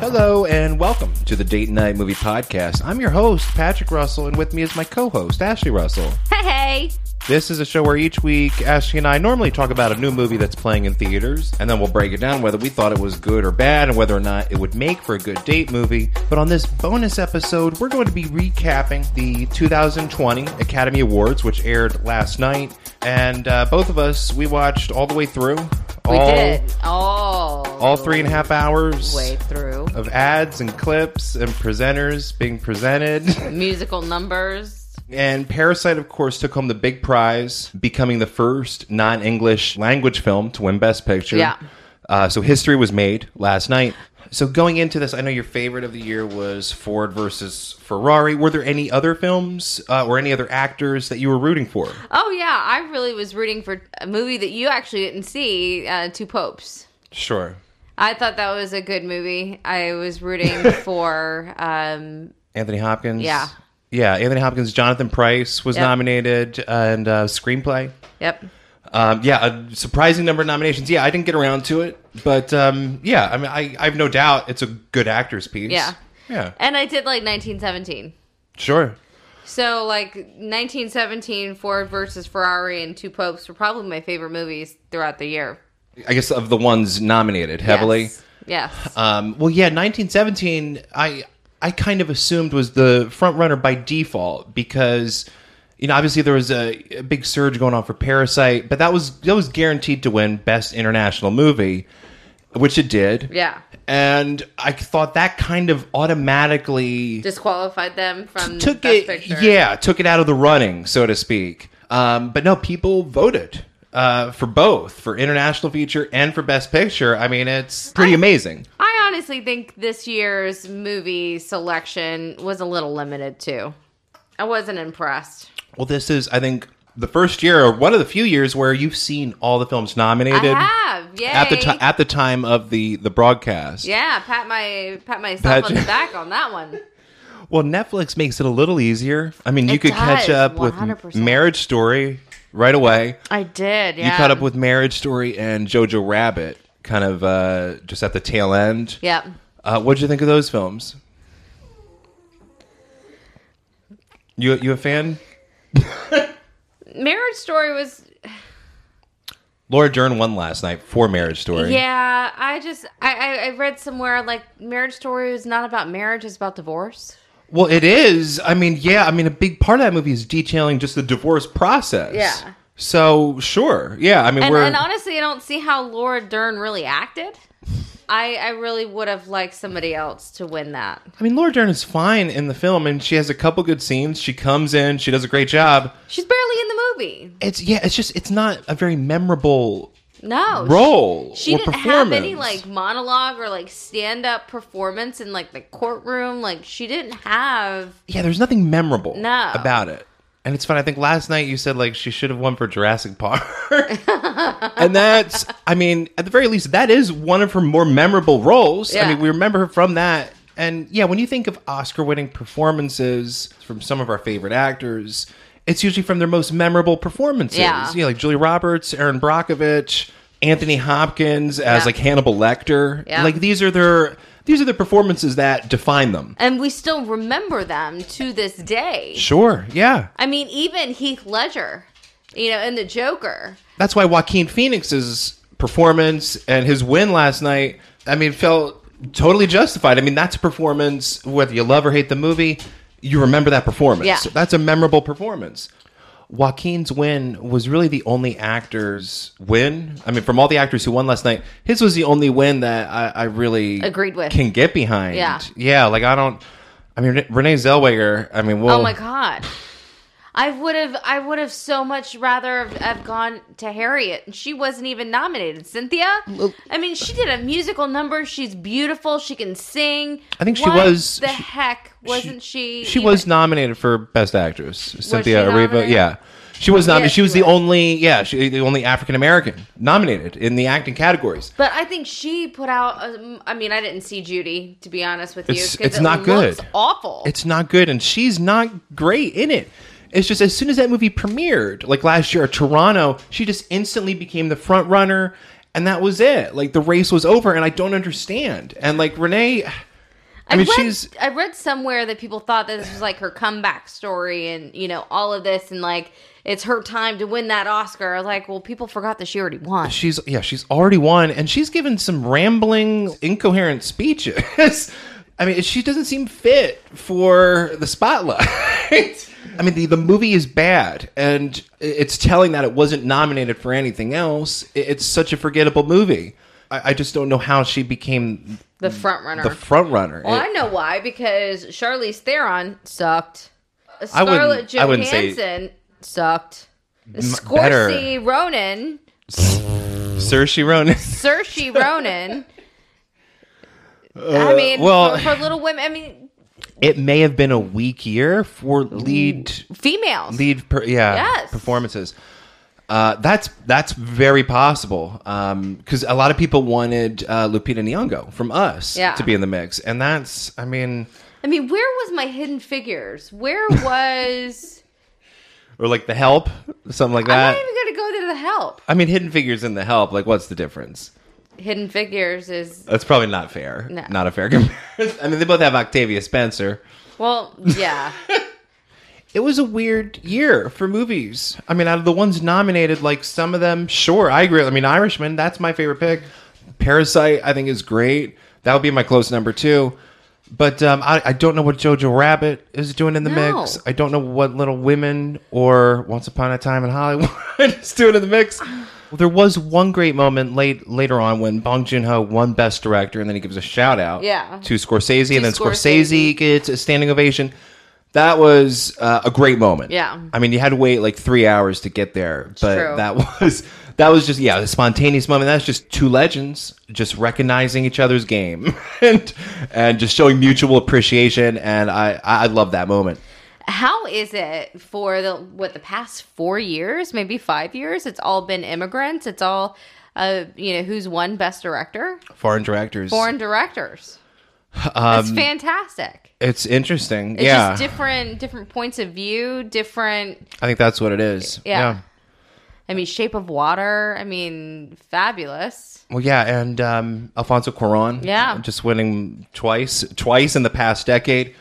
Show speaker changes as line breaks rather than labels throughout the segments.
Hello and welcome to the Date Night Movie Podcast. I'm your host, Patrick Russell, and with me is my co host, Ashley Russell.
Hey, hey.
This is a show where each week Ashley and I normally talk about a new movie that's playing in theaters, and then we'll break it down whether we thought it was good or bad and whether or not it would make for a good date movie. But on this bonus episode, we're going to be recapping the 2020 Academy Awards, which aired last night. And uh, both of us, we watched all the way through.
We
all,
did. All.
All three and a half hours
Way through.
of ads and clips and presenters being presented.
Musical numbers.
and Parasite, of course, took home the big prize, becoming the first non English language film to win Best Picture.
Yeah.
Uh, so history was made last night. So going into this, I know your favorite of the year was Ford versus Ferrari. Were there any other films uh, or any other actors that you were rooting for?
Oh, yeah. I really was rooting for a movie that you actually didn't see uh, Two Popes.
Sure.
I thought that was a good movie. I was rooting for. Um,
Anthony Hopkins.
Yeah.
Yeah, Anthony Hopkins. Jonathan Price was
Yep.
nominated, and uh, screenplay.
yep.
Um, yeah, a surprising number of nominations. Yeah, I didn't get around to it, but um, yeah, I mean, I, I have no doubt it's a good actor's piece.
Yeah.
yeah,
And I did like 1917.
sure.
So, like 1917, Ford versus Ferrari, and Two Popes were probably my favorite movies throughout the year.
I guess of the ones nominated heavily.
Yes. Yes.
Um, well, yeah, 1917. I I kind of assumed was the front runner by default because you know obviously there was a, a big surge going on for Parasite, but that was that was guaranteed to win Best International Movie, which it did.
yeah.
And I thought that kind of automatically
Disqualified them from.
took
Best
it
Picture.
yeah took it out of the running so to speak um, but no people voted uh, for both for international feature and for best picture i mean it's pretty amazing
I honestly think this year's movie selection was a little limited too. I wasn't impressed.
well this is i think the first year or one of the few years where you've seen all the films nominated
I have, yeah.
at the ti- at the time of the the broadcast
yeah, pat my pat myself
Pat
on
you-
the back on that one.
well netflix makes it a little easier i mean you
It
could catch
does,
up with
100%.
marriage story right away
I did. Yeah,
you caught up with marriage story and jojo rabbit kind of uh, just at the tail end
Yep.
Uh, what'd you think of those films? You you a fan?
Marriage Story was.
Laura Dern won last night for Marriage Story.
Yeah, I just I, I I read somewhere like Marriage Story is not about marriage; it's about divorce.
Well, it is. I mean, yeah. I mean, a big part of that movie is detailing just the divorce process.
Yeah.
So sure, yeah. I mean,
And,
we're
and honestly, I don't see how Laura Dern really acted. I I really would have liked somebody else to win that.
I mean, Laura Dern is fine in the film, and she has a couple good scenes. She comes in, she does a great job.
She's barely in the movie.
It's yeah. It's just it's not a very memorable
No she-
role
She
or
didn't have any
performance.
like monologue or like stand up performance in like the courtroom. Like she didn't have.
yeah, there's nothing memorable
No.
about it. And it's funny. I think last night you said like she should have won for Jurassic Park, and that's I mean at the very least that is one of her more memorable roles. I
Yeah.
mean we remember her from that, and yeah, when you think of Oscar-winning performances from some of our favorite actors, it's usually from their most memorable performances.
Yeah.
you know, like Julia Roberts, Aaron Brockovich, Anthony Hopkins as
Yeah.
like Hannibal Lecter.
Yeah.
Like these are their these are the performances that define them.
And we still remember them to this day.
Sure, yeah.
I mean, even Heath Ledger, you know, in the Joker.
that's why Joaquin Phoenix's performance and his win last night, I mean, felt totally justified. I mean, that's a performance, whether you love or hate the movie, you remember that performance.
Yeah.
That's a memorable performance. Joaquin's win was really the only actor's win. I mean, from all the actors who won last night, his was the only win that I, I really
Agreed with.
Can get behind.
Yeah.
yeah. Like I don't. I mean, Renee Zellweger. I mean, well,
Oh my god. I would have, I would have so much rather have, have gone to Harriet, and she wasn't even nominated. Cynthia, I mean, she did a musical number. She's beautiful. She can sing.
I think she
What
was-
The
she-
heck wasn't she?
She
even-
was nominated for Best Actress. Cynthia
she
Erivo.
nominated?
Yeah. She was nominated.
Yeah,
she was
she
the
was.
only, yeah, she, the only African American nominated in the acting categoes.
But I think she put out. um, I mean, I didn't see Judy to be honest with you.
It's-
'cause
it's
it
not
looks
good.
Awful.
It's not good, and she's not great in it. It's just as soon as that movie premiered, like last year at Toronto, she just instantly became the front runner, and that was it. Like the race was over, and I don't understand. And like Renee,
I,
mean,
read,
she's-
I read somewhere that people thought that this was like her comeback story, and you know all of this, and like it's her time to win that Oscar. I was like, well, people forgot that she already won.
She's yeah, she's already won, and she's given some rambling, incoherent speeches. I mean, she doesn't seem fit for the spotlight. I mean, the, the movie is bad, and it's telling that it wasn't nominated for anything else. It- It's such a forgettable movie. I, I just don't know how she became
the front runner.
the front runner.
well,
It-
I know why because Charlize Theron sucked.
I
Scarlett
wouldn't-
Johansson
I wouldn't say-
sucked.
better.
Scorsese Ronan,
Saoirse Ronan.
Saoirse Ronan. I mean,
Uh, well-
for, for Little Women, I mean,
it may have been a weak year for lead
females.
lead per, yeah
Yes.
performances uh, that's that's very possible because a lot of people wanted uh, Lupita Nyong'o from Us
Yeah.
to be in the mix, and that's I mean,
I mean, where was my Hidden Figures? Where was?
or like The Help, something like
I'm
that.
not even gonna go there to the help.
I mean, Hidden Figures in The Help, like what's the difference?
Hidden Figures is
That's probably not fair.
No.
Not a fair comparison. I mean, they both have Octavia Spencer.
well, yeah.
It was a weird year for movies. I mean, out of the ones nominated, like some of them, sure, I agree. I mean, Irishman, that's my favorite pick. Parasite, I think, is great. That would be my close number two. But um, I, I don't know what Jojo Rabbit is doing in the
No.
mix. I don't know what Little Women or Once Upon a Time in Hollywood is doing in the mix. There was one great moment late later on when Bong Joon Ho won Best Director, and then he gives a shout out
Yeah.
to Scorsese, and then
Scorsese.
Scorsese gets a standing ovation. That was uh, a great moment.
Yeah.
I mean, you had to wait like three hours to get there, but
true.
that was that was just yeah, a spontaneous moment. That's just two legends just recognizing each other's game and and just showing mutual appreciation. And I I I love that moment.
How is it for the what the past four years, maybe five years? It's all been immigrants. It's all, uh, you know, who's won best director?
Foreign directors.
Foreign directors. That's fantastic.
It's interesting.
It's
Um, yeah,
just different, different points of view. Different.
I think that's what it is.
Yeah. I mean, Shape of Water. I mean, fabulous.
Well, yeah, and um, Alfonso Cuarón,
Yeah.
uh, just winning twice, twice in the past decade.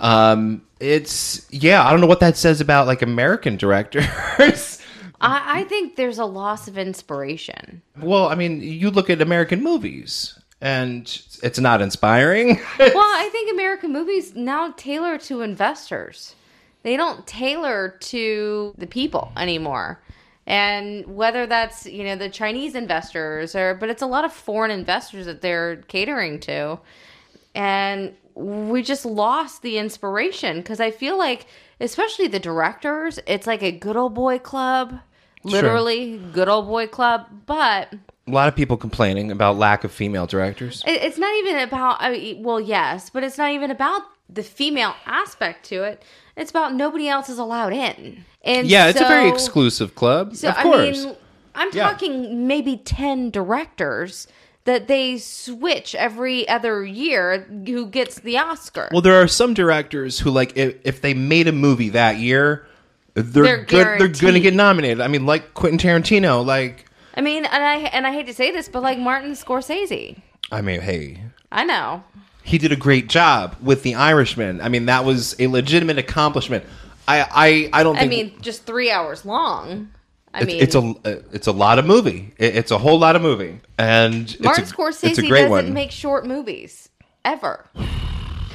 Um, it's yeah, I don't know what that says about like American directors.
I, I think there's a loss of inspiration.
well, I mean, you look at American movies, and it's not inspiring.
well, I think American movies now tailor to investors. They don't tailor to the people anymore. And whether that's, you know, the Chinese investors or but it's a lot of foreign investors that they're catering to. And we just lost the inspiration because I feel like especially the directors, it's like a good old boy club. Literally, good old boy club, but
A lot of people complaining about lack of female directors.
it- it's not even about I mean, well yes but it's not even about the female aspect to it it's about nobody else is allowed in and
Yeah, it's a very
so-
exclusive club.
so,
of course.
i mean i'm
Yeah.
talking maybe 10 directors that they switch every other year who gets the oscar
Well, there are some directors who like if, if they made a movie that year, they're
They're
good, they're going to
guaranteed.
get nominated. I mean, like Quentin Tarantino, like
i mean and i and i hate to say this but like martin scorsese
I mean, hey,
i know
he did a great job with The Irishman. I mean, that was a legitimate accomplishment. I I, I don't
i
think
mean just three hours long i
it's,
mean
it's a uh, it's a lot of movie. It- it's a whole lot of movie, and
martin
it's a,
scorsese
it's a great
doesn't
one.
make short movies ever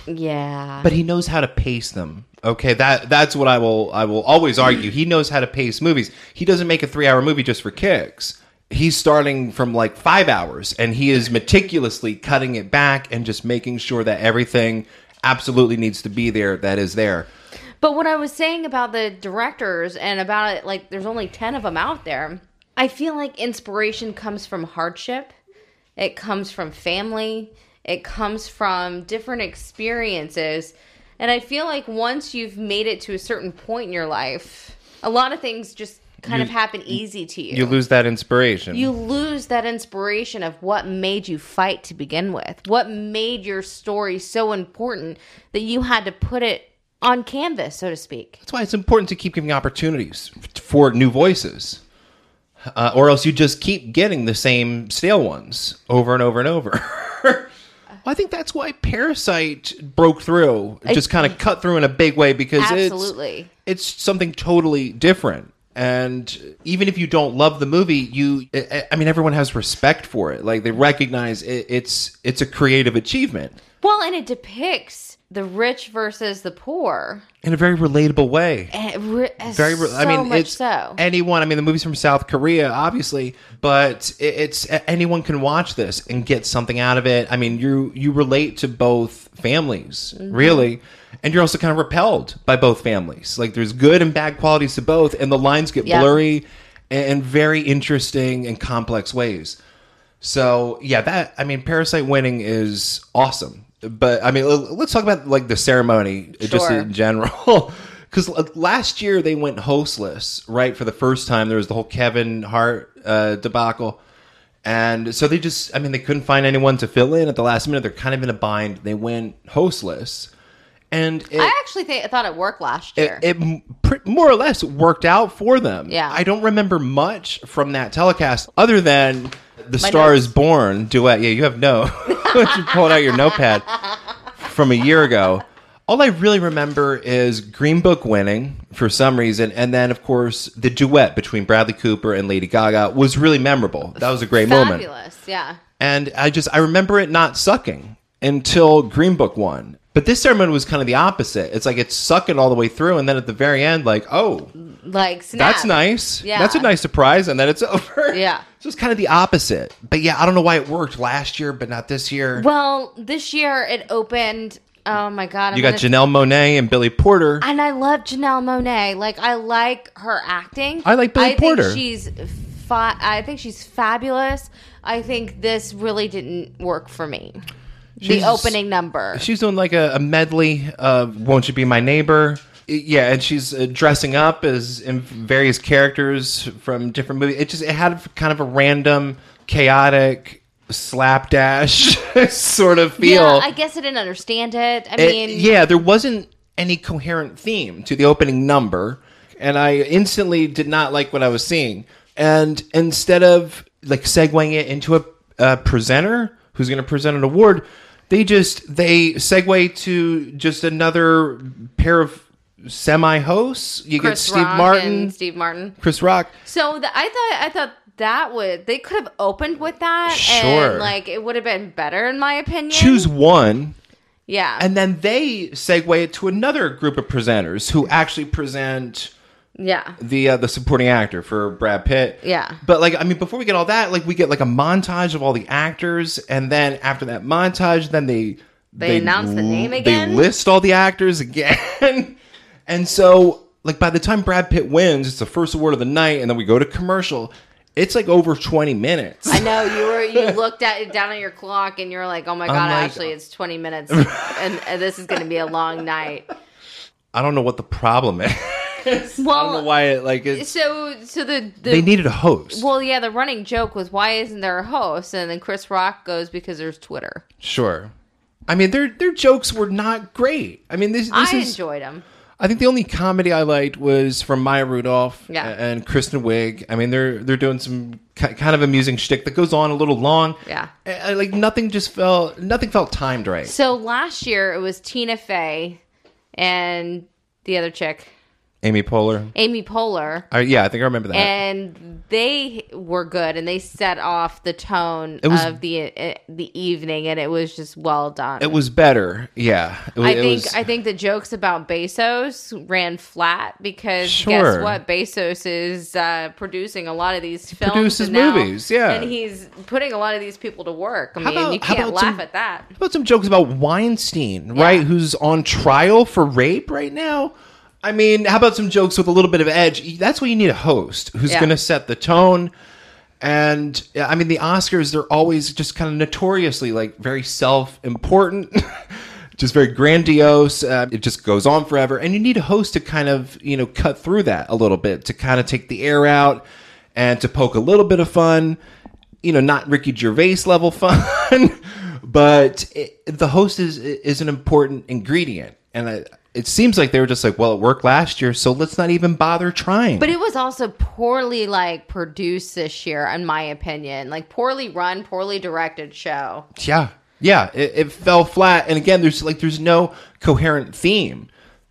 yeah
but he knows how to pace them. Okay, that that's what I will I will always argue. He knows how to pace movies. He doesn't make a three hour movie just for kicks. He's starting from like five hours, and he is meticulously cutting it back and just making sure that everything absolutely needs to be there that is there.
But what I was saying about the directors and about it, like, there's only 10 of them out there. I feel like inspiration comes from hardship, it comes from family, it comes from different experiences. And I feel like once you've made it to a certain point in your life, a lot of things just kind
You-
of happen easy to you.
You lose that inspiration.
you lose that inspiration of what made you fight to begin with. What made your story so important that you had to put it on canvas, so to speak.
That's why it's important to keep giving opportunities f- for new voices, uh, or else you just keep getting the same stale ones over and over and over. Well, I think that's why Parasite broke through, just kind of cut through in a big way because
Absolutely.
it's, it's something totally different. And even if you don't love the movie, you I- I I mean everyone has respect for it. Like they recognize it, it's it's a creative achievement
Well, and it depicts the rich versus the poor.
in a very relatable way.
And it re-
very
so
i mean
much
it's
so.
anyone i mean the movie's from south korea obviously but it, it's anyone can watch this and get something out of it i mean you you relate to both families
Mm-hmm.
really and you're also kind of repelled by both families like there's good and bad qualities to both and the lines get
Yeah.
blurry and, and very interesting and complex ways so yeah, that I mean, Parasite winning is awesome. But I mean, l- let's talk about like the ceremony uh, just
Sure.
in general. Because last year they went hostless, right? For the first time, there was the whole Kevin Hart uh, debacle, and so they just—I mean—they couldn't find anyone to fill in at the last minute. They're kind of in a bind. They went hostless, and it,
I actually think, I thought it worked last year.
it, it m- pr- more or less worked out for them.
Yeah.
I don't remember much from that telecast other than the Star
notes.
is Born duet. Yeah, you have no. you pulled out your notepad from a year ago. All I really remember is Green Book winning for some reason, and then of course the duet between Bradley Cooper and Lady Gaga was really memorable. That was a great moment
Fabulous. Yeah.
and I just I remember it not sucking until Green Book won. But this ceremony was kind of the opposite. It's like it's sucking all the way through, and then at the very end, like, oh,
Like, snap.
that's nice.
Yeah.
That's a nice surprise, and then it's over.
Yeah.
So it's kind of the opposite. But yeah, I don't know why it worked last year, but not this year.
Well, this year it opened. Oh my God. I'm
you got
gonna-
Janelle Monet and Billy Porter.
And I love Janelle Monet. Like I like her acting.
I like Billy Porter.
Think she's fa- I think she's fabulous. I think this really didn't work for me.
She's-
the opening number.
She's doing like a, a medley of "Won't You Be My Neighbor." Yeah, and she's uh, dressing up as in various characters from different movies. It just it had kind of a random, chaotic, slapdash sort of feel.
yeah, I guess I didn't understand it. I
It-
mean,
Eh, yeah, there wasn't any coherent theme to the opening number, and I instantly did not like what I was seeing. And instead of like segueing it into a, a presenter who's going to present an award, they just they segue to just another pair of semi hosts. You
Chris
get Steve
Rock
Martin,
and Steve Martin.
Chris Rock.
So the, I thought I thought that would they could have opened with that
Sure.
and like it would have been better in my opinion.
Choose one
yeah.
and then they segue it to another group of presenters who actually present
yeah.
the uh, the supporting actor for Brad Pitt.
Yeah.
But like I mean before we get all that like we get like a montage of all the actors and then after that montage then they
They announce the name
They
again?
list all the actors again. and so like by the time Brad Pitt wins it's the first award of the night and then we go to commercial it's like over 20 minutes.
I know you were you looked at it down at your clock and you're like, oh my god,
like-
actually it's twenty minutes and, and this is gonna be a long night.
I don't know what the problem is. I don't know
Well,
why it like it's
so so the, the
they needed a host.
well yeah the running joke was why isn't there a host and then Chris Rock goes because there's Twitter.
Sure. I mean their their jokes were not great. I mean this this
I
is
enjoyed him.
I think the only comedy I liked was from Maya Rudolph
Yeah.
a- and Kristen Wiig. I mean, they're they're doing some ki- kind of amusing shtick that goes on a little long.
Yeah.
I- I- like nothing just felt nothing felt timed right.
So last year it was Tina Fey and the other chick,
Amy Poehler.
Amy Poehler,
I, yeah, I think I remember that.
and they were good and they set off the tone
was-
of the uh, the evening and it was just well done.
it was better. Yeah, It wa-
I
it
think
was-
I think the jokes about Bezos ran flat because
Sure.
guess what? Bezos is uh, producing a lot of these films,
produces
and now-
movies, yeah.
and he's putting a lot of these people to work. I mean,
about-
you
how
can't
about
laugh
some-
at that.
How about some jokes about Weinstein, right? Who's on trial for rape right now. I mean, how about some jokes with a little bit of edge? That's why you need a host who's
Yeah.
going to set the tone. And yeah, I mean, the Oscars, they're always just kind of notoriously like very self important, just very grandiose. Uh, it just goes on forever. And you need a host to kind of, you know, cut through that a little bit to kind of take the air out and to poke a little bit of fun, you know, not Ricky Gervais level fun, but it, the host is is an important ingredient. And I, it seems like they were just like, well, it worked last year, so let's not even bother trying.
But it was also poorly like produced this year, in my opinion. Like poorly run, poorly directed show.
yeah. Yeah, it, it fell flat. And again, there's like there's no coherent theme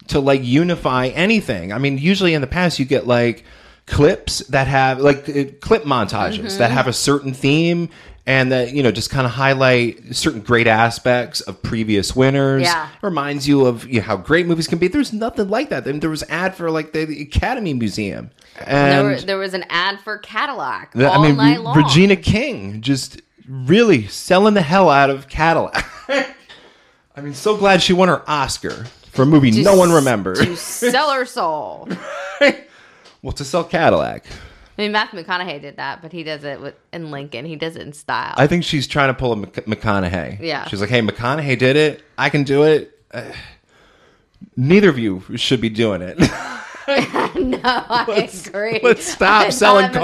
to like unify anything. I mean, usually in the past you get like clips that have like uh, clip montages
Mm-hmm.
that have a certain theme and that you know just kind of highlight certain great aspects of previous winners
Yeah.
reminds you of you know, how great movies can be there's nothing like that then there was ad for like the academy museum
There,
and
were, there was an ad for Cadillac
Th-
all
I mean,
night
Re-
long.
Regina King just really selling the hell out of Cadillac. I mean, so glad she won her Oscar for a movie no one remembers.
to sell her soul. I
well, to sell Cadillac,
mean, Matthew McConaughey did that, but he does it with, in Lincoln. He does it in style.
I think she's trying to pull a Mc- McConaughey.
Yeah.
she's like, "Hey, McConaughey did it. I can do it." Uh, neither of you should be doing it.
I agree.
Let's
I
stop
thought
selling
McConaughey-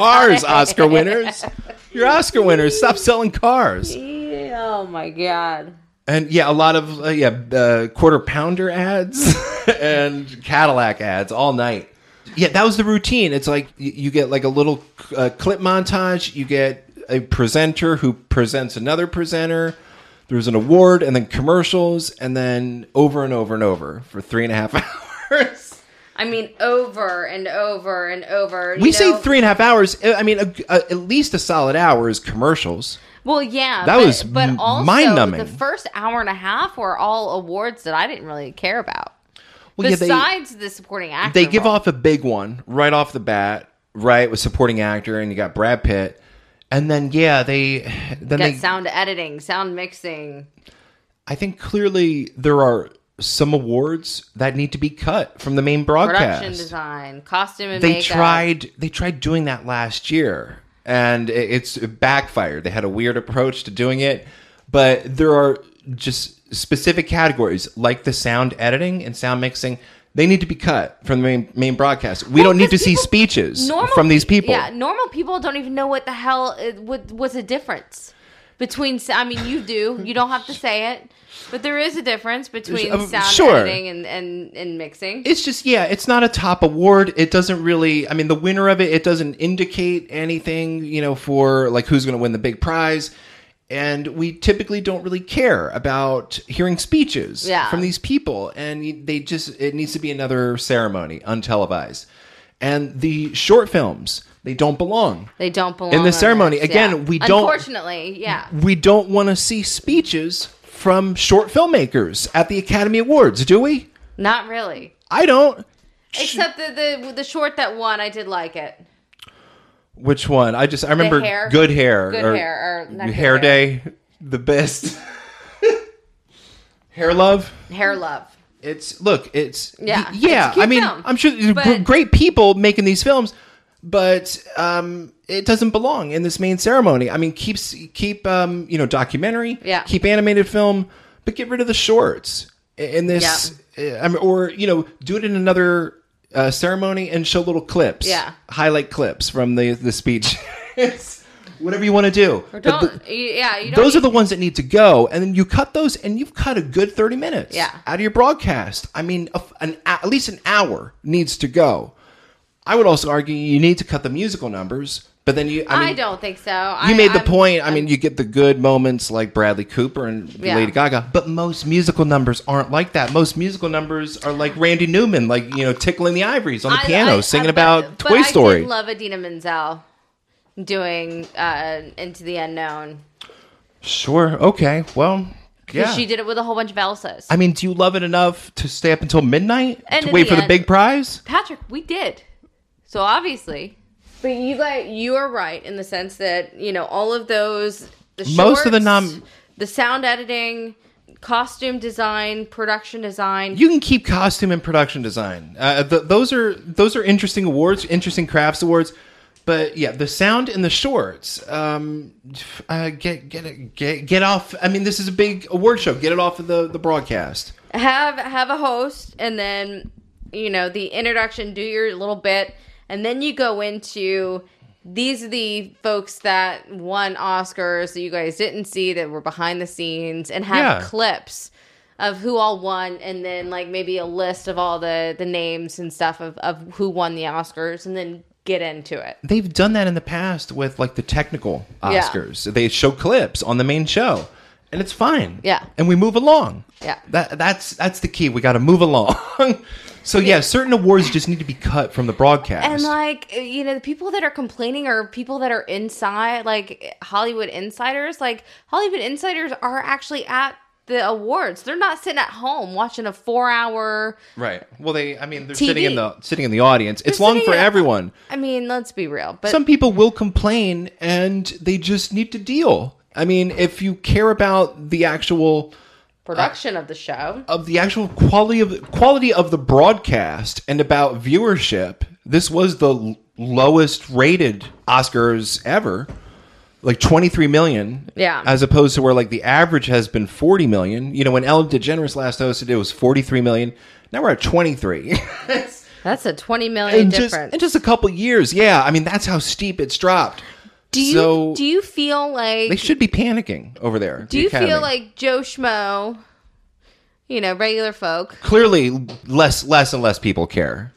cars, Oscar winners. You're Oscar winners. Stop selling cars.
Yeah, Oh my god.
and yeah, a lot of uh, yeah uh, quarter pounder ads and Cadillac ads all night. Yeah, that was the routine. It's like you, you get like a little uh, clip montage. You get a presenter who presents another presenter. There's an award, and then commercials, and then over and over and over for three and a half hours.
I mean, over and over and over. you
We say
know?
three and a half hours. I I mean, a, a, at least a solid hour is commercials.
Well, yeah,
That
but,
was
but
m-
also
mind-numbing.
The first hour and a half were all awards that I didn't really care about.
Well, yeah, they-
Besides the supporting actor,
they give
role.
off a big one right off the bat, right? With supporting actor, and you got Brad Pitt, and then yeah, they then
got
they.
sound editing, sound mixing.
I think clearly there are some awards that need to be cut from the main broadcast.
production design, costume and
they
makeup.
tried they tried doing that last year, and it, it's it backfired. They had a weird approach to doing it, but there are just specific categories like the sound editing and sound mixing. They need to be cut from the main, main broadcast. We
Well,
don't need to
because
see
people-
speeches
normal
from these people.
Yeah, normal people don't even know what the hell it, what what's a difference between. s- I mean, you do. You don't have to say it, but there is a difference between
Uh,
sound
sure.
editing and and and mixing.
it's just yeah it's not a top award it doesn't really i mean the winner of it it doesn't indicate anything you know for like who's going to win the big prize and we typically don't really care about hearing speeches
Yeah.
from these people and y- they just it needs to be another ceremony untelevised and the short films they don't belong
they don't belong
In the
on
ceremony,
this,
again,
yeah.
we don't-
Unfortunately, yeah.
we don't want to see speeches from short filmmakers at the academy awards do we
Not really.
i don't
Except the, the the short that won, I did like it.
Which one? I just I remember
hair?
good hair,
Good
or
hair, or not good
hair
hair.
day, the best. hair love.
Hair love.
It's look, it's
Yeah,
y- yeah.
it's a cute
I mean,
film,
I'm sure there's gr-
but-
great people making these films, but um, it doesn't belong in this main ceremony. I mean, keep s- keep um, you know documentary,
Yeah.
keep animated film, but get rid of the shorts i- in this. uh, I mean, or you know, do it in another uh, ceremony and show little clips,
Yeah.
highlight clips from the the speech, It's whatever you want to do.
Or
But the-
don't. you- yeah, you don't.
those are the ones that need to go and then you cut those and you've cut a good 30 minutes
Yeah.
out of your broadcast i mean a, an, a- at least an hour needs to go i would also argue you need to cut the musical numbers but then you i,
I,
mean,
don't think so.
you made the
I'm-
point i mean you get the good moments like bradley cooper and
Yeah.
lady gaga but most musical numbers aren't like that most musical numbers are like randy newman like you know tickling the ivories on the
I-
piano
I-
singing
I-
about
but- but
toy story
I did love Adina Menzel doing uh, Into the Unknown
sure okay well yeah
because she did it with a whole bunch of Elsas.
I mean, do you love it enough to stay up until midnight
And
to
in
wait
the
for the
end-
big prize?
Patrick, we did. So obviously, but you guys, you are right in the sense that you know all of those. The
Most of the
shorts,
nom-
the sound editing, costume design, production design.
You can keep costume and production design. Uh, th- those are those are interesting awards, interesting crafts awards. But yeah, the sound and the shorts. Um, f- uh, get get it- get get off. I mean, this is a big award show. Get it off of the the broadcast.
have have a host and then you know the introduction do your little bit and then you go into these are the folks that won oscars that you guys didn't see that were behind the scenes and have
Yeah.
clips of who all won and then like maybe a list of all the the names and stuff of, of who won the oscars and then get into it
They've done that in the past with like the technical
Yeah.
Oscars. They show clips on the main show. and it's fine.
Yeah.
and we move along.
Yeah.
that that's that's the key. We got to move along. so yeah, certain awards just need to be cut from the broadcast.
And like uh, you know, the people that are complaining are people that are inside, like Hollywood insiders. Like Hollywood insiders are actually at the awards. They're not sitting at home watching a four-hour.
right. Well, they. I mean, they're
TV.
sitting in the sitting in the audience. it's long
sitting
for
in a-
everyone.
I mean, let's be real, but
some people will complain and they just need to deal. I mean, if you care about the actual
production of the show.
of the actual quality of quality of the broadcast and about viewership, this was the l- lowest rated Oscars ever. Like 23 million.
Yeah.
As opposed to where like the average has been 40 million. You know, when Ellen DeGeneres last hosted it was 43 million. Now we're at 23.
That's a twenty million
in just
difference.
in just a couple years. Yeah, I mean that's how steep it's dropped.
do you
so-
do you feel like
They should be panicking over there.
do you feel like Joe Schmo? You know, regular folk.
clearly less less and less people care?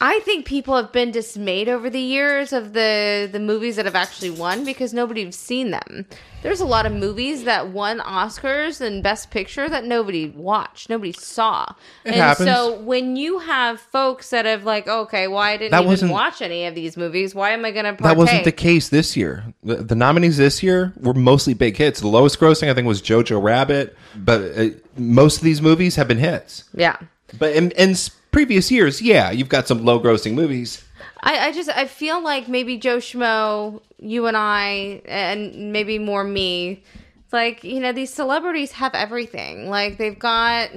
I think people have been dismayed over the years of the the movies that have actually won because nobody's seen them. There's a lot of movies that won Oscars and Best Picture that nobody watched, nobody saw. and
happens.
so when you have folks that have like, okay, well, I didn't
That
even
wasn't-
watch any of these movies. Why am I going to partake?
That wasn't the case this year. The, the nominees this year were mostly big hits. The lowest grossing I think was Jojo Rabbit, but uh, most of these movies have been hits.
yeah.
But in, in s- previous years, yeah, you've got some low grossing movies.
I, I just I feel like maybe Joe Schmo, you and I, and maybe more me. It's like you know these celebrities have everything. Like they've got,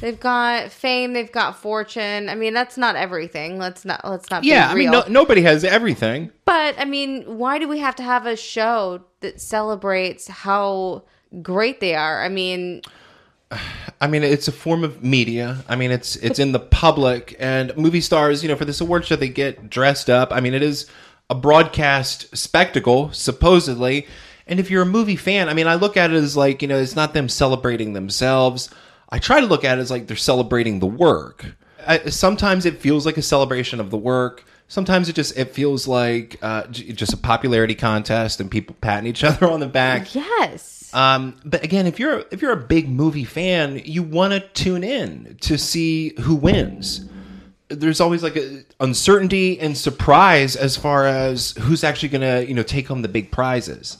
they've got fame, they've got fortune. I mean that's not everything. Let's not let's not
Yeah, I
be
mean
real.
no, nobody has everything.
but I mean, why do we have to have a show that celebrates how great they are? I mean,
I mean, it's a form of media. I mean, it's it's in the public and movie stars. You know, for this award show, they get dressed up. I mean, it is a broadcast spectacle, supposedly. And if you're a movie fan, I mean, I look at it as like you know, it's not them celebrating themselves. I try to look at it as like they're celebrating the work. I, sometimes it feels like a celebration of the work. Sometimes it just it feels like uh, j- just a popularity contest and people patting each other on the back.
yes,
Um, but again, if you're if you're a big movie fan, you want to tune in to see who wins. There's always like a uncertainty and surprise as far as who's actually gonna you know take home the big prizes.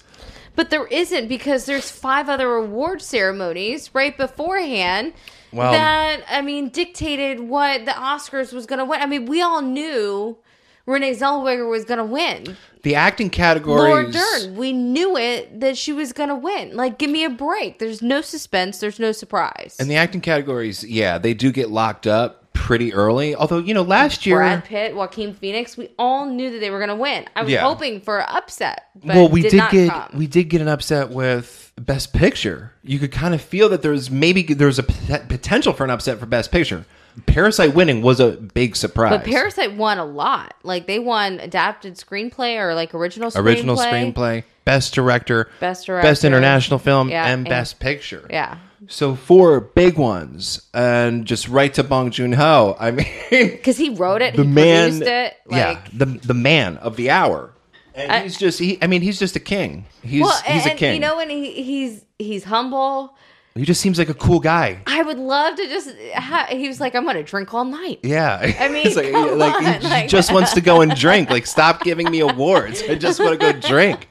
But there isn't because there's five other award ceremonies right beforehand
Well-
that I mean dictated what the Oscars was going to win. I mean, we all knew Renee Zellweger was going to win.
The acting
Laura
categories.
Dern, we knew it that she was going to win. Like, give me a break. There's no suspense. There's no surprise.
And the acting categories, yeah, they do get locked up pretty early. Although you know last year,
Brad Pitt, Joaquin Phoenix, we all knew that they were going to win. I was
Yeah.
hoping for an upset, but
well, we
did,
did,
not
get
come.
we did get an upset with Best Picture. You could kind of feel that there's maybe there's a pot- potential for an upset for Best Picture. Parasite winning was a big surprise.
But Parasite won a lot. Like they won adapted screenplay or like original screenplay.
original screenplay, Best Director,
Best
Best
Director.
International Film,
Yeah,
and
and-
Best Picture.
Yeah.
So four big ones, and just right to Bong Joon Ho. I mean,
Cuz he wrote it,
the
he
man.
produced it. Like
yeah, the the man of the hour. And he's just he. I mean, he's just a king. He's
well,
he's
and,
a king.
you know and he, he's he's humble.
he just seems like a cool guy.
I would love to just ha- he was like I'm going to drink all night.
Yeah.
I mean,
It's like,
come
like, he
on,
j-
like-
just wants to go and drink. Like, stop giving me awards. I just want to go drink.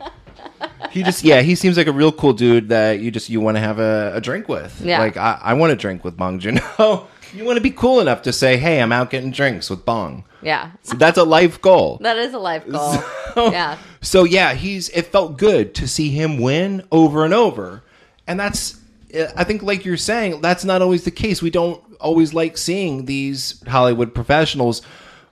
He just, yeah, he seems like a real cool dude that you just, you want to have a, a drink with.
Yeah.
Like, I, I want to drink with Bong Joon Ho. You want to be cool enough to say, hey, I'm out getting drinks with Bong.
Yeah.
So that's a life goal.
That is a life goal. yeah.
So yeah, he's it felt good to see him win over and over, and that's I think like you're saying that's not always the case. We don't always like seeing these Hollywood professionals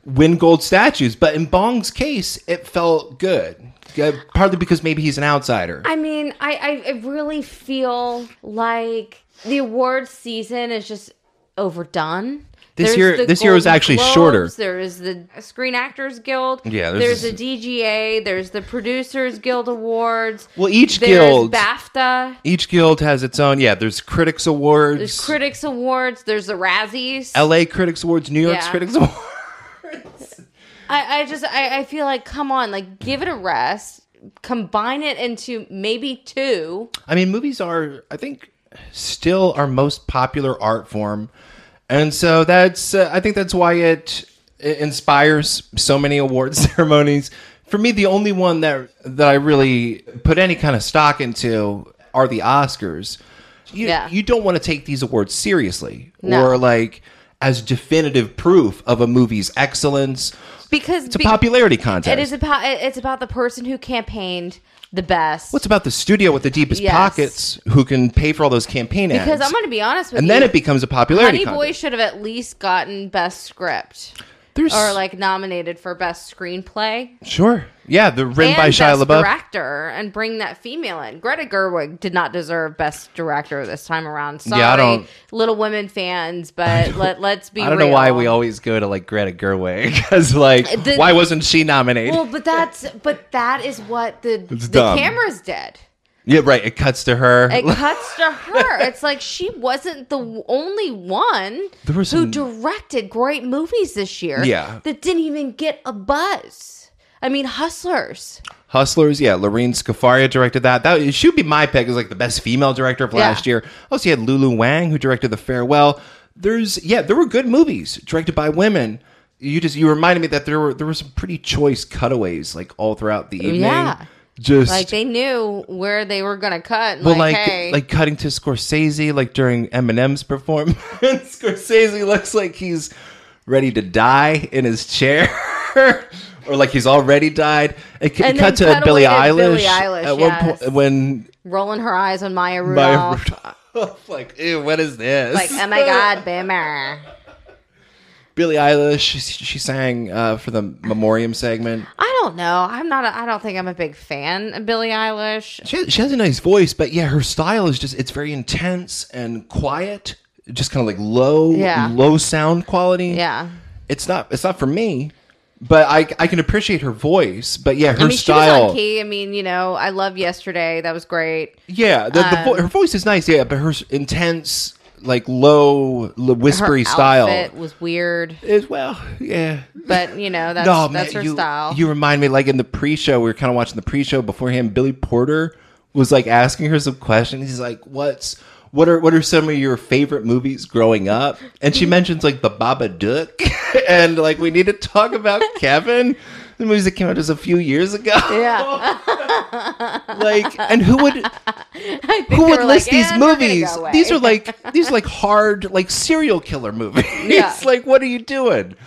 win gold statues, but in Bong's case, it felt good. Uh, Partly because maybe he's an outsider.
I mean, I, I- I really feel like the award season is just overdone.
This year- this year was
Golden
actually shorter.
There is the Screen Actors Guild.
Yeah,
there's,
there's
the DGA. There's the Producers Guild Awards.
well, each
there's
guild,
BAFTA.
each guild has its own. Yeah, there's Critics Awards,
There's Critics Awards. There's the Razzies.
L.A. Critics Awards, New York's
Yeah.
Critics Awards.
I, I just I, I feel like come on, like give it a rest. combine it into maybe two.
I mean, movies are, I think, still our most popular art form, and so that's. Uh, I think that's why it, it inspires so many award ceremonies. For me, the only one that that I really put any kind of stock into are the Oscars. You,
Yeah.
you don't want to take these awards seriously
No.
or like as definitive proof of a movie's excellence.
Because
It's a popularity contest.
it is about it's about the person who campaigned the best.
What's about the studio with the deepest
Yes.
pockets who can pay for all those campaign ads?
because I'm going to be honest with
and
you.
then it becomes a popularity
Honey Boy
contest.
should have at least gotten best script
There's,
or like nominated for best screenplay
sure, yeah, the written
and
by Shia
best
LaBeouf.
director and bring that female in. Greta Gerwig did not deserve best director this time around. Sorry,
Yeah, I don't-
Little Women fans, but let let's be.
I don't know
real.
why we always go to like Greta Gerwig because like
Uh, The-
why wasn't she nominated?
Well, but that's but that is what the
It's
the
dumb.
cameras did.
yeah, right. It cuts to her.
It cuts to her. It's like she wasn't the w- only one
There were some-
who directed great movies this year.
Yeah.
that didn't even get a buzz. I mean, Hustlers.
Hustlers, yeah. Lorene Scafaria directed that. That it should be my pick as like the best female director of
Yeah.
last year. Also, you had Lulu Wang who directed The Farewell. There's yeah, there were good movies directed by women. You just you reminded me that there were there were some pretty choice cutaways like all throughout the evening.
Yeah.
Just
Like they knew where they were gonna cut. And
but
like,
like
hey,
like cutting to Scorsese like during Eminem's performance. Scorsese looks like he's ready to die in his chair. Or like he's already died. It, c-
And
cut
then
to
cut
Billie
away to
Eilish,
Billie Eilish,
at one
yes.
point when
rolling her eyes on
Maya
Maya Rudolph.
Rudolph, like, ew, what is this?
Like, oh my god, boomer.
Billie Eilish, she, she sang uh, for the memoriam segment.
I don't know. I'm not. A, I don't think I'm a big fan of Billie Eilish.
She, she has a nice voice, but yeah, her style is just it's very intense and quiet, just kind of like low,
Yeah.
low sound quality.
Yeah.
it's not it's not for me but i i can appreciate her voice but yeah her
I mean, she was
style
on key. I mean, you know, I love yesterday. That was great.
yeah the, the
um,
vo- her voice is nice yeah but her s- intense like low l- whispery
her
style
outfit was weird,
is well yeah
but you know that's
no
that's
man,
her
you,
style.
you remind me like in the pre-show we were kind of watching the pre-show beforehand billy porter was like asking her some questions he's like what's what are what are some of your favorite movies growing up? And she mentions like the Baba Duck, and like we need to talk about Kevin, the movies that came out just a few years ago.
yeah,
like and who would
I think
who
they
would
were
list
like,
these
"Eh, we're gonna
movies
go away."
these are like these are like hard like serial killer movies
Yeah.
like what are you doing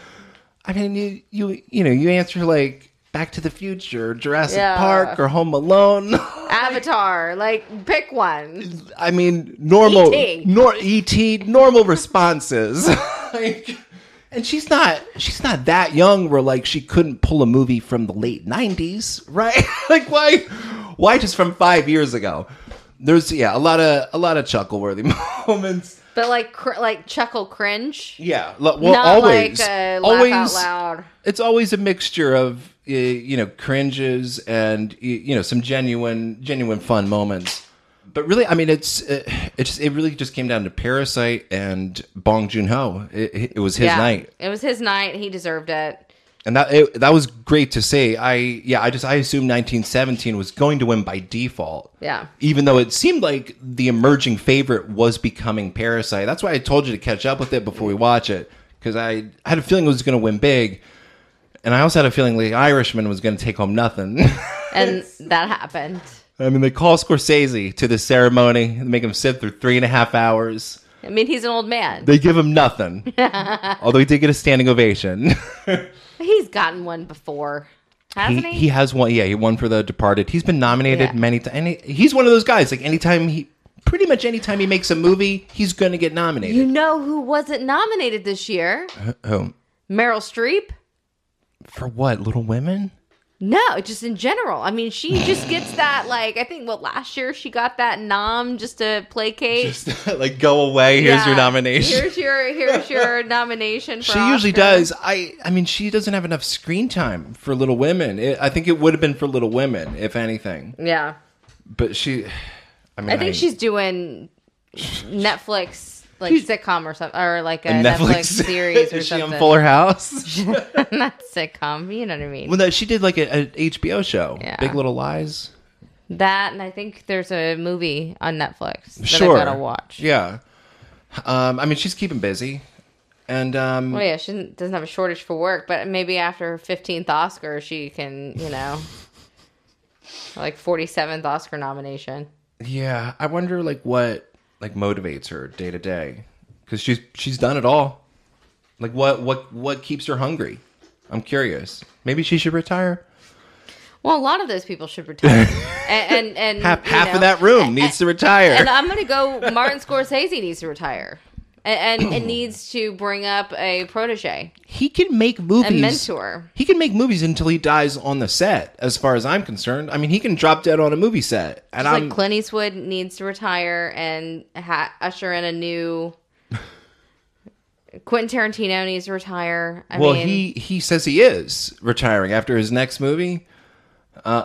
i mean you you you know you answer like back to the future jurassic
Yeah.
park or home alone
Avatar. Like, pick one.
i mean normal
E.T..
nor et normal responses like and she's not she's not that young where like she couldn't pull a movie from the late 90s right like why why just from 5 years ago there's yeah a lot of a lot of chuckle worthy moments
But like, cr- like chuckle cringe.
yeah lo- well
Not
always
like uh, laugh
always
out loud.
it's always a mixture of uh, you know cringes and y- you know some genuine genuine fun moments but really i mean it's uh, it just it really just came down to parasite and bong joon-ho it, it was his
yeah,
night
it was his night. He deserved it.
and that it, that was great to see. I yeah, I just I assumed 1917 was going to win by default.
Yeah.
Even though it seemed like the emerging favorite was becoming Parasite. That's why I told you to catch up with it before we watch it cuz I had a feeling it was going to win big. And I also had a feeling the Irishman was going to take home nothing.
And that happened.
I mean, they call Scorsese to the ceremony and make him sit through three and a half hours.
I mean, he's an old man.
They give him nothing. Although he did get a standing ovation.
he's gotten one before,
he,
hasn't he?
he has one. Yeah, he won for The Departed. He's been nominated
Yeah.
many times. He, he's one of those guys. Like anytime he, pretty much anytime he makes a movie, he's gonna get nominated.
you know who wasn't nominated this year?
oh,
Meryl Streep.
for what? Little Women?
No, just in general. I mean, she just gets that like I think what last year she got that nom just to placate.
Just like go away. Here's your
Yeah.
nomination.
Here's your here's your nomination. For
she usually
Oscar.
does. I I mean, she doesn't have enough screen time for Little Women. It, I think it would have been for Little Women, if anything.
Yeah,
But she, I mean,
I think she's doing Netflix like
She's-
sitcom or something, or like a
A
Netflix, series or
Is she
something.
on Fuller House?
Not sitcom, you know what I mean.
well, no, she did like a, an HBO show,
Yeah.
Big Little Lies.
that and I think there's a movie on Netflix that
sure,
I gotta watch.
Yeah, um, I mean she's keeping busy, and um,
Well, Oh, yeah, she doesn't- doesn't have a shortage for work, but maybe after her 15th Oscar, she can, you know, like 47th Oscar nomination.
yeah, I wonder like what like motivates her day to day because she's she's done it all. Like what what what keeps her hungry? I'm curious. Maybe she should retire.
Well, a lot of those people should retire, and and, and
Half,
you
half
know,
of that room needs to retire.
And uh, I'm gonna go. Martin Scorsese needs to retire, and and, and needs to bring up a protege,
he can make
a
movies.
mentor.
He can make movies until he dies on the set, as far as I'm concerned. I mean, he can drop dead on a movie set, and
Just
I'm
like Clint Eastwood needs to retire and ha- usher in a new. Quentin Tarantino needs to retire. I
well.
mean,
he he says he is retiring after his next movie.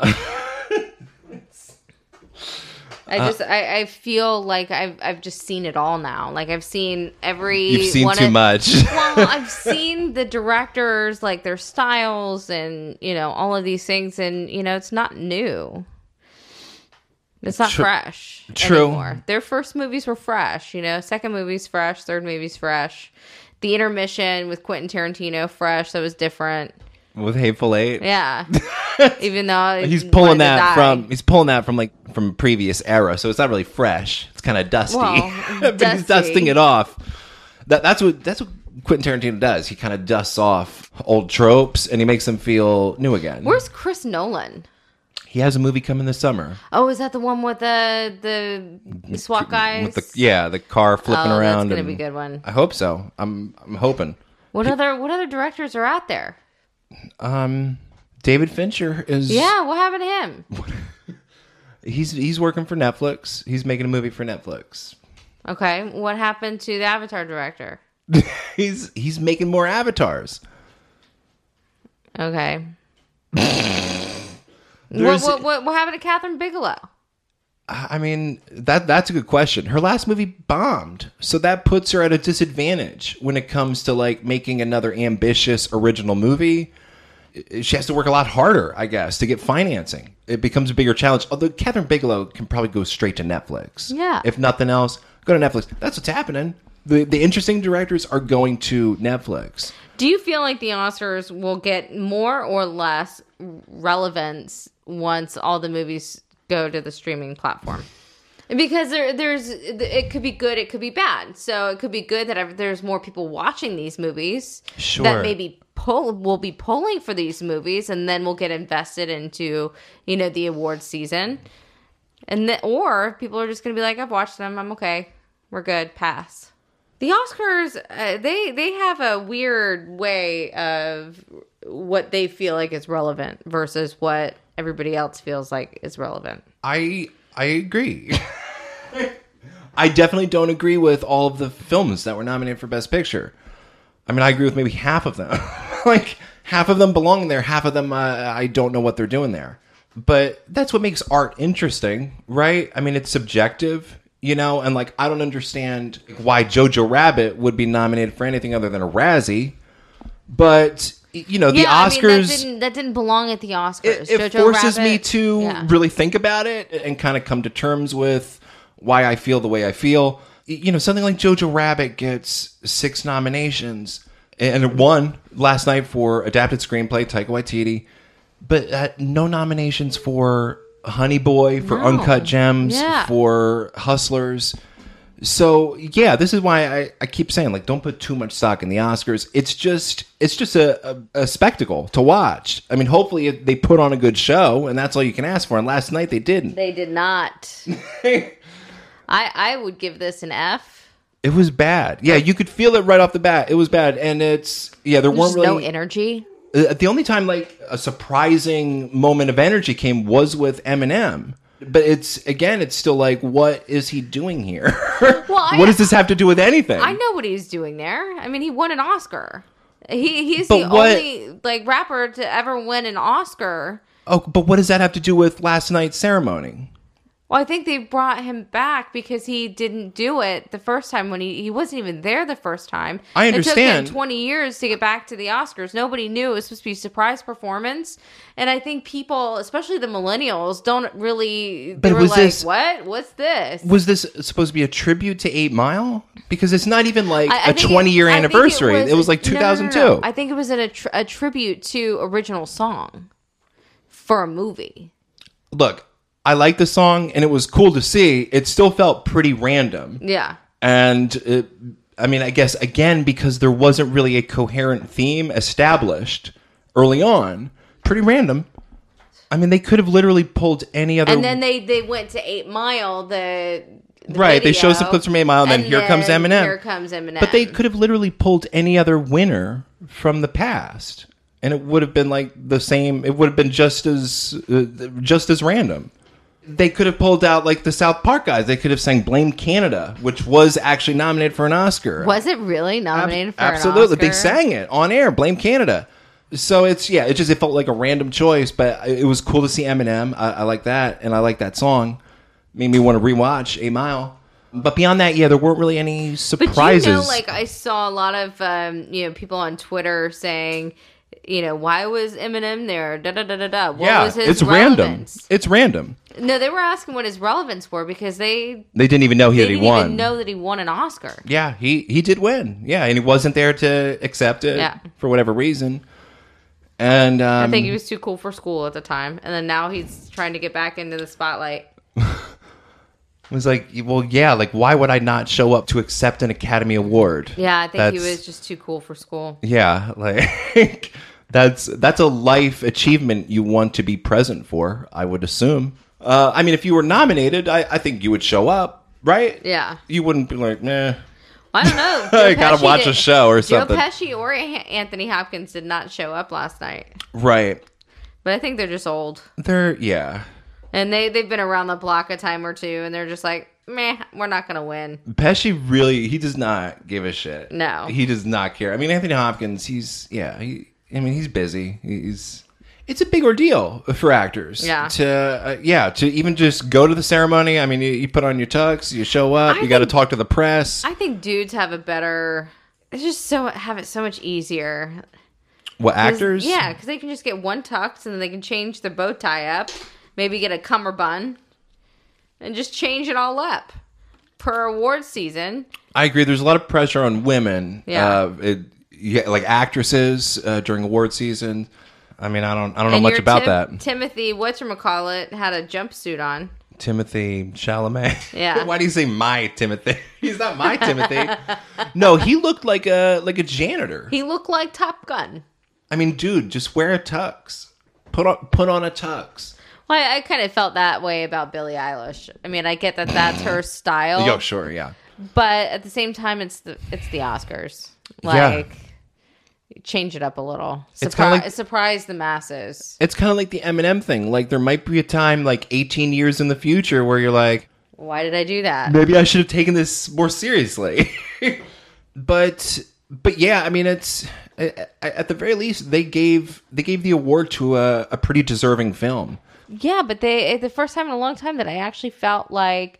uh,
I just I, I feel like I've I've just seen it all now. Like I've seen every
You've seen
one
too
of-
much.
well, I've seen the directors, like their styles and, you know, all of these things. And, you know, it's not new. It's not
Tru-
fresh
True.
anymore. Their first movies were fresh, you know, second movie's fresh, third movie's fresh. The intermission with Quentin Tarantino, fresh, that was different.
With Hateful Eight,
Yeah. Even though
he's
it
pulling
wanted to
that
die.
from he's pulling that from like from previous era, so it's not really fresh. It's kind of dusty,
Well,
but he's
dusty.
dusting it off. That that's what that's what Quentin Tarantino does. He kind of dusts off old tropes and he makes them feel new again.
Where's Chris Nolan?
he has a movie coming this summer.
Oh, is that the one with the the SWAT guys?
with the yeah the car flipping
oh,
around.
That's
and-
gonna be a good one.
I hope so. I'm I'm hoping.
What other what other directors are out there?
Um, David Fincher is
Yeah, what happened to him?
He's he's working for Netflix. He's making a movie for Netflix.
Okay, what happened to the Avatar director?
He's he's making more avatars.
Okay, what,
There's-
what what what happened to Catherine Bigelow?
I mean that that's a good question. Her last movie bombed, so that puts her at a disadvantage when it comes to like making another ambitious original movie. I- She has to work a lot harder, I guess, to get financing. It becomes a bigger challenge. Although Catherine Bigelow can probably go straight to Netflix.
Yeah.
If nothing else, go to Netflix. That's what's happening. The the interesting directors are going to Netflix.
Do you feel like the Oscars will get more or less relevance once all the movies go to the streaming platform? Because there, there's, it could be good, it could be bad. So it could be good that ev- there's more people watching these movies
Sure.
that maybe pull will be pulling for these movies, and then we'll get invested into you know the award season, and then or people are just gonna be like, I've watched them, I'm okay, we're good, pass. The Oscars, uh, they they have a weird way of what they feel like is relevant versus what everybody else feels like is relevant.
I I agree. I definitely don't agree with all of the films that were nominated for Best Picture. I mean, I agree with maybe half of them. like half of them belong there, half of them uh, I don't know what they're doing there. But that's what makes art interesting, right? I mean, it's subjective, you know, and like I don't understand why Jojo Rabbit would be nominated for anything other than a Razzie. But y- you know, the Oscars
I mean, that didn't, that didn't belong at the
it,
Oscars.
it
Jojo
forces me
Rabbit-
to
Yeah.
really think about it and kind of come to terms with why I feel the way I feel. Y- You know, something like Jojo Rabbit gets six nominations and it won last night for adapted screenplay, Taika Waititi, but uh, no nominations for Honey Boy, for Uncut Gems,
Yeah.
for Hustlers. So yeah, this is why I, I keep saying like don't put too much stock in the Oscars. It's just it's just a, a, a spectacle to watch. I mean, hopefully it- they put on a good show, and that's all you can ask for. And last night they didn't.
They did not. I I would give this an F.
It was bad. Yeah, you could feel it right off the bat. It was bad, and it's yeah there
There's
weren't
no
really
energy.
Uh, the only time like a surprising moment of energy came was with Eminem. But it's again, it's still like, what is he doing here?
I-
what does this have to do with anything?
I know what he's doing there. I mean, he won an Oscar. He he's
But
the
what-
only like rapper to ever win an Oscar.
Oh, but what does that have to do with last night's ceremony?
Well, I think they brought him back because he didn't do it the first time when he, he wasn't even there the first time.
I
It took
understand.
him 20 years to get back to the Oscars. Nobody knew it was supposed to be a surprise performance. And I think people, especially the millennials, don't really. They
But
were
was
like,
this-
what? What's this?
Was this supposed to be a tribute to Eight Mile? Because it's not even like
I- I
a
think it-
20 year
I think
anniversary. It was, like
no, no, no,
2002.
no. I think it was an, a, tr- a tribute to original song for a movie.
Look, I like the song and it was cool to see. It still felt pretty random.
Yeah.
And it, I mean, I guess again, because there wasn't really a coherent theme established early on, pretty random. I mean, they could have literally pulled any other.
And then they, they went to Eight Mile, the. the
Right, they show some
video,
clips from Eight Mile, and then here comes Eminem.
Here comes Eminem.
But they could have literally pulled any other winner from the past, and it would have been like the same. It would have been just as uh, just as random. They could have pulled out like the South Park guys. They could have sang "Blame Canada," which was actually nominated for an Oscar.
Was it really nominated for
Absolutely,
an Oscar?
they sang it on air. Blame Canada. So it's yeah, it just it felt like a random choice, but it was cool to see Eminem. I, I like that, and I like that song. Made me want to rewatch A Mile. But beyond that, yeah, there weren't really any
But
surprises.
you know, like I saw a lot of um, you know people on Twitter saying, you know, why was Eminem there? Da da da da da. What
yeah,
was his
it's
relevance?
random. It's random.
No, they were asking what his relevance were because they
They didn't even know he
they
that he
didn't
won.
even know that he won an Oscar.
Yeah, he he did win. Yeah, and he wasn't there to accept it
Yeah.
for whatever reason. And um,
I think he was too cool for school at the time, and then now he's trying to get back into the spotlight.
It was like, well, yeah, like why would I not show up to accept an Academy Award?
Yeah, I think he
That's-
was just too cool for school.
Yeah, like that's that's a life achievement you want to be present for. I would assume. Uh, I mean, if you were nominated, I, I think you would show up, right?
Yeah,
You wouldn't be like, meh.
I don't know.
I
Joe
gotta
Pesci
watch
did-
a show or
Joe
something,
Pesci or A- Anthony Hopkins did not show up last night,
right?
but I think they're just old.
There, yeah.
And they they've been around the block a time or two, and they're just like, meh, we're not gonna win.
Pesci really he does not give a shit.
No.
He does not care. I mean Anthony Hopkins, he's yeah, he I mean he's busy. He's it's a big ordeal for actors.
Yeah.
To uh, yeah, to even just go to the ceremony. I mean, you, you put on your tux, you show up,
I
you got to
think-
talk to the press.
I think dudes have a better. It's just so have it so much easier.
what
'Cause-
actors?
yeah, because they can just get one tux, and then they can change their bow tie up, maybe get a cummerbund, and just change it all up per award season.
I agree. There's a lot of pressure on women.
Yeah.
Uh, it, yeah, like actresses uh, during award season. I mean, I don't I don't know
and
much
your
about
Tim-
that.
Timothy, what's call it, had a jumpsuit on.
Timothy Chalamet.
Yeah.
Why do you say my Timothy? He's not my Timothy. No, he looked like a like a janitor.
He looked like Top Gun.
I mean, dude, just wear a tux. Put on put on a tux.
Well, I, I kind of felt that way about Billie Eilish. I mean, I get that that's her style.
Yo, sure, yeah.
but at the same time it's the it's the oscars
Yeah.
like change it up a little
It's
Surpri-
kinda like-
surprise the masses
It's kind of like the Eminem thing. Like there might be a time like 18 years in the future where you're like,
why did i do that
maybe I should have taken this more seriously. but but yeah, I mean, it's I- I- at the very least they gave they gave the award to a, a pretty deserving film.
yeah but they it's the first time in a long time that i actually felt like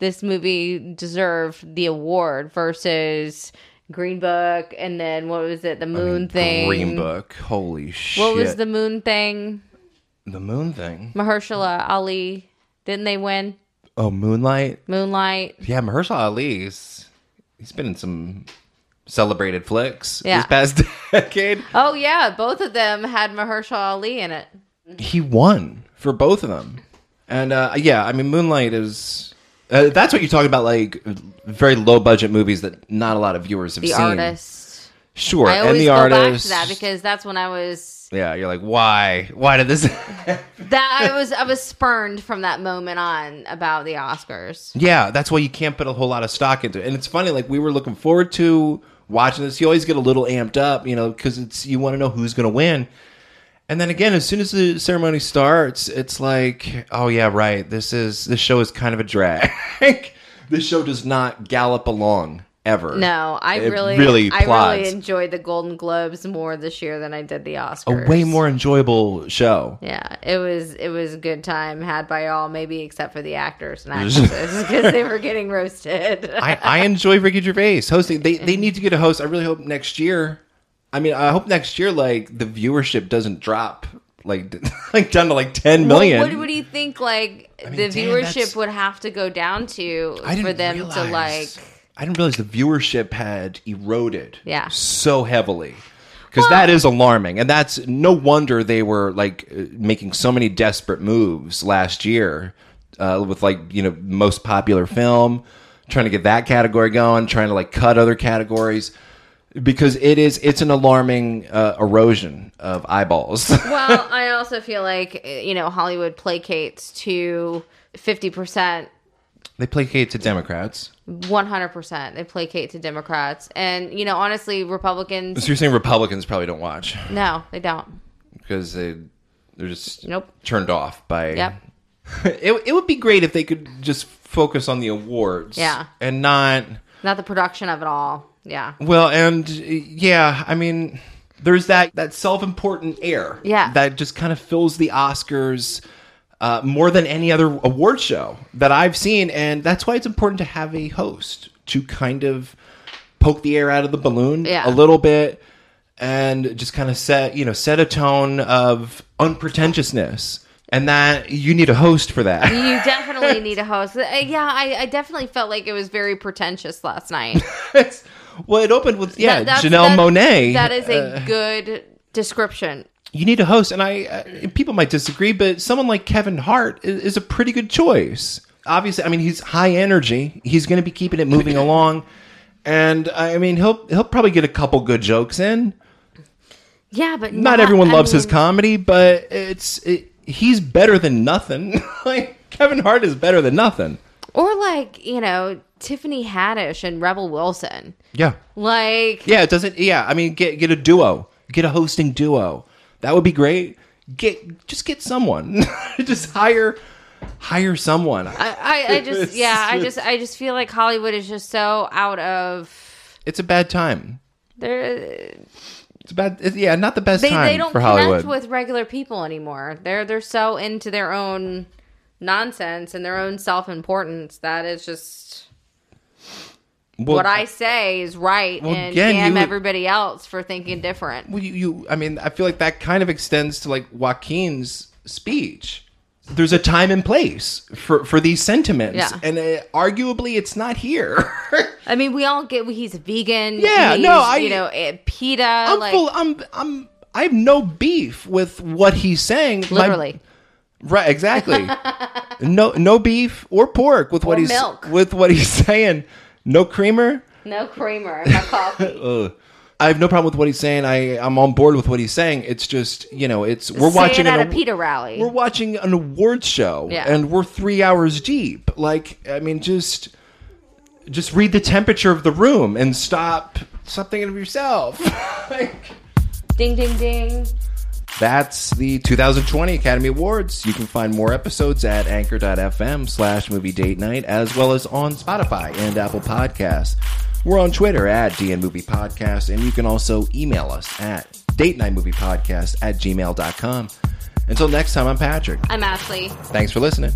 this movie deserved the award versus green book and then what was it the moon thing
Green Book. Holy shit.
what was the moon thing
The moon thing.
mahershala ali didn't they win
Oh, Moonlight.
moonlight
Yeah, Mahershala Ali. He's, he's been in some celebrated flicks
Yeah.
this past decade.
oh yeah both of them had mahershala ali in it
He won for both of them, and uh, yeah, I mean, Moonlight is. Uh, that's what you're talking about, like very low budget movies that not a lot of viewers have
the
seen.
artist
sure,
I
and
always
the
go
artist.
back to that because that's when I was
yeah, you're like, why? Why did this?
that I was I was spurned from that moment on about the Oscars.
Yeah, that's why you can't put a whole lot of stock into it. And it's funny, like we were looking forward to watching this. You always get a little amped up, you know, because it's you want to know who's going to win. And then again, as soon as the ceremony starts, it's like, oh yeah, right. This is this show is kind of a drag. this show does not gallop along ever.
No, I
It
really,
really
I
plods.
really enjoyed the Golden Globes more this year than I did the
a
Oscars.
way more enjoyable show.
Yeah, it was it was a good time had by all, maybe except for the actors and actresses because they were getting roasted.
I, I enjoy Ricky Gervais hosting. They they need to get a host. I really hope next year. I mean, I hope next year like the viewership doesn't drop like like down to like ten million.
What, what, do you think? Like the
damn, that's-
viewership would have to go down to for them to like.
I didn't realize the viewership had eroded.
Yeah.
So heavily. Because that is alarming, and that's no wonder they were like uh, making so many desperate moves last year uh, with like you know most popular film, trying to get that category going, trying to like cut other categories, because it is it's an alarming uh, erosion of eyeballs.
Well, I also feel like you know Hollywood placates to fifty percent
they placate to Democrats.
100% they placate to democrats and you know honestly republicans
So you're saying Republicans probably don't watch
no they don't
because they they're just
Nope.
turned off by
Yep.
it, it would be great if they could just focus on the awards
Yeah.
and not
not the production of it all yeah
well and uh, yeah i mean there's that that self-important air
Yeah.
that just kind of fills the oscars uh, more than any other award show that i've seen and that's why it's important to have a host to kind of poke the air out of the balloon
Yeah.
a little bit and just kind of set you know set a tone of unpretentiousness and that you need a host for that
you definitely need a host Uh, yeah I, I definitely felt like it was very pretentious last night
It's- well, it opened with yeah,
That- that's-
Janelle Uh.
that-
Monet.
that is a good description
you need a host, and I uh, and people might disagree, but someone like Kevin Hart is, is a pretty good choice. Obviously, I mean he's high energy. He's going to be keeping it moving along, and I mean he'll he'll probably get a couple good jokes in.
yeah but
Not everyone
I
loves his
mean,
comedy, but it's it, he's better than nothing. like Kevin Hart is better than nothing.
or like you know tiffany haddish and rebel wilson
Yeah,
like
Yeah, it doesn't. Yeah, I mean, get get a duo, get a hosting duo. That would be great. Get just get someone, just hire hire someone.
I, I, I just
It's-
yeah i just i just feel like hollywood is just so out of
It's a bad time.
there
It's a bad. It's, yeah, not the best
they,
time
they don't
for
connect
Hollywood.
with regular people anymore. They're they're so into their own nonsense and their own self importance that it's just
Well,
what I say is right
well,
and
again,
damn
you-
everybody else for thinking different.
Well, you, you. I mean, I feel like that kind of extends to like Joaquin's speech. There's a time and place for for these sentiments,
Yeah.
and uh, arguably, it's not here.
I mean, we all get he's a vegan.
Yeah,
he's,
no, I-
you know it, PETA.
I'm
like
full. I'm. I'm. I have no beef with what he's saying. My-
literally,
Right, exactly. no no beef or pork with what
Or
he's
milk.
with what he's saying. No creamer.
no creamer in my coffee.
Ugh. I have no problem with what he's saying. I I'm on board with what he's saying. It's just, you know, it's we're
Say
watching
it at
an
a
aw-
PETA rally.
we're watching an awards show
Yeah.
and we're 3 hours deep. Like, I mean, just just read the temperature of the room and stop something of yourself. like,
Ding ding ding.
that's the 2020 Academy Awards. You can find more episodes at anchor.fm slash movie date night, as well as on Spotify and Apple Podcasts. We're on Twitter at DN Movie Podcast, and you can also email us at date night movie podcast at gmail.com. Until next time, I'm Patrick.
I'm Ashley.
Thanks for listening.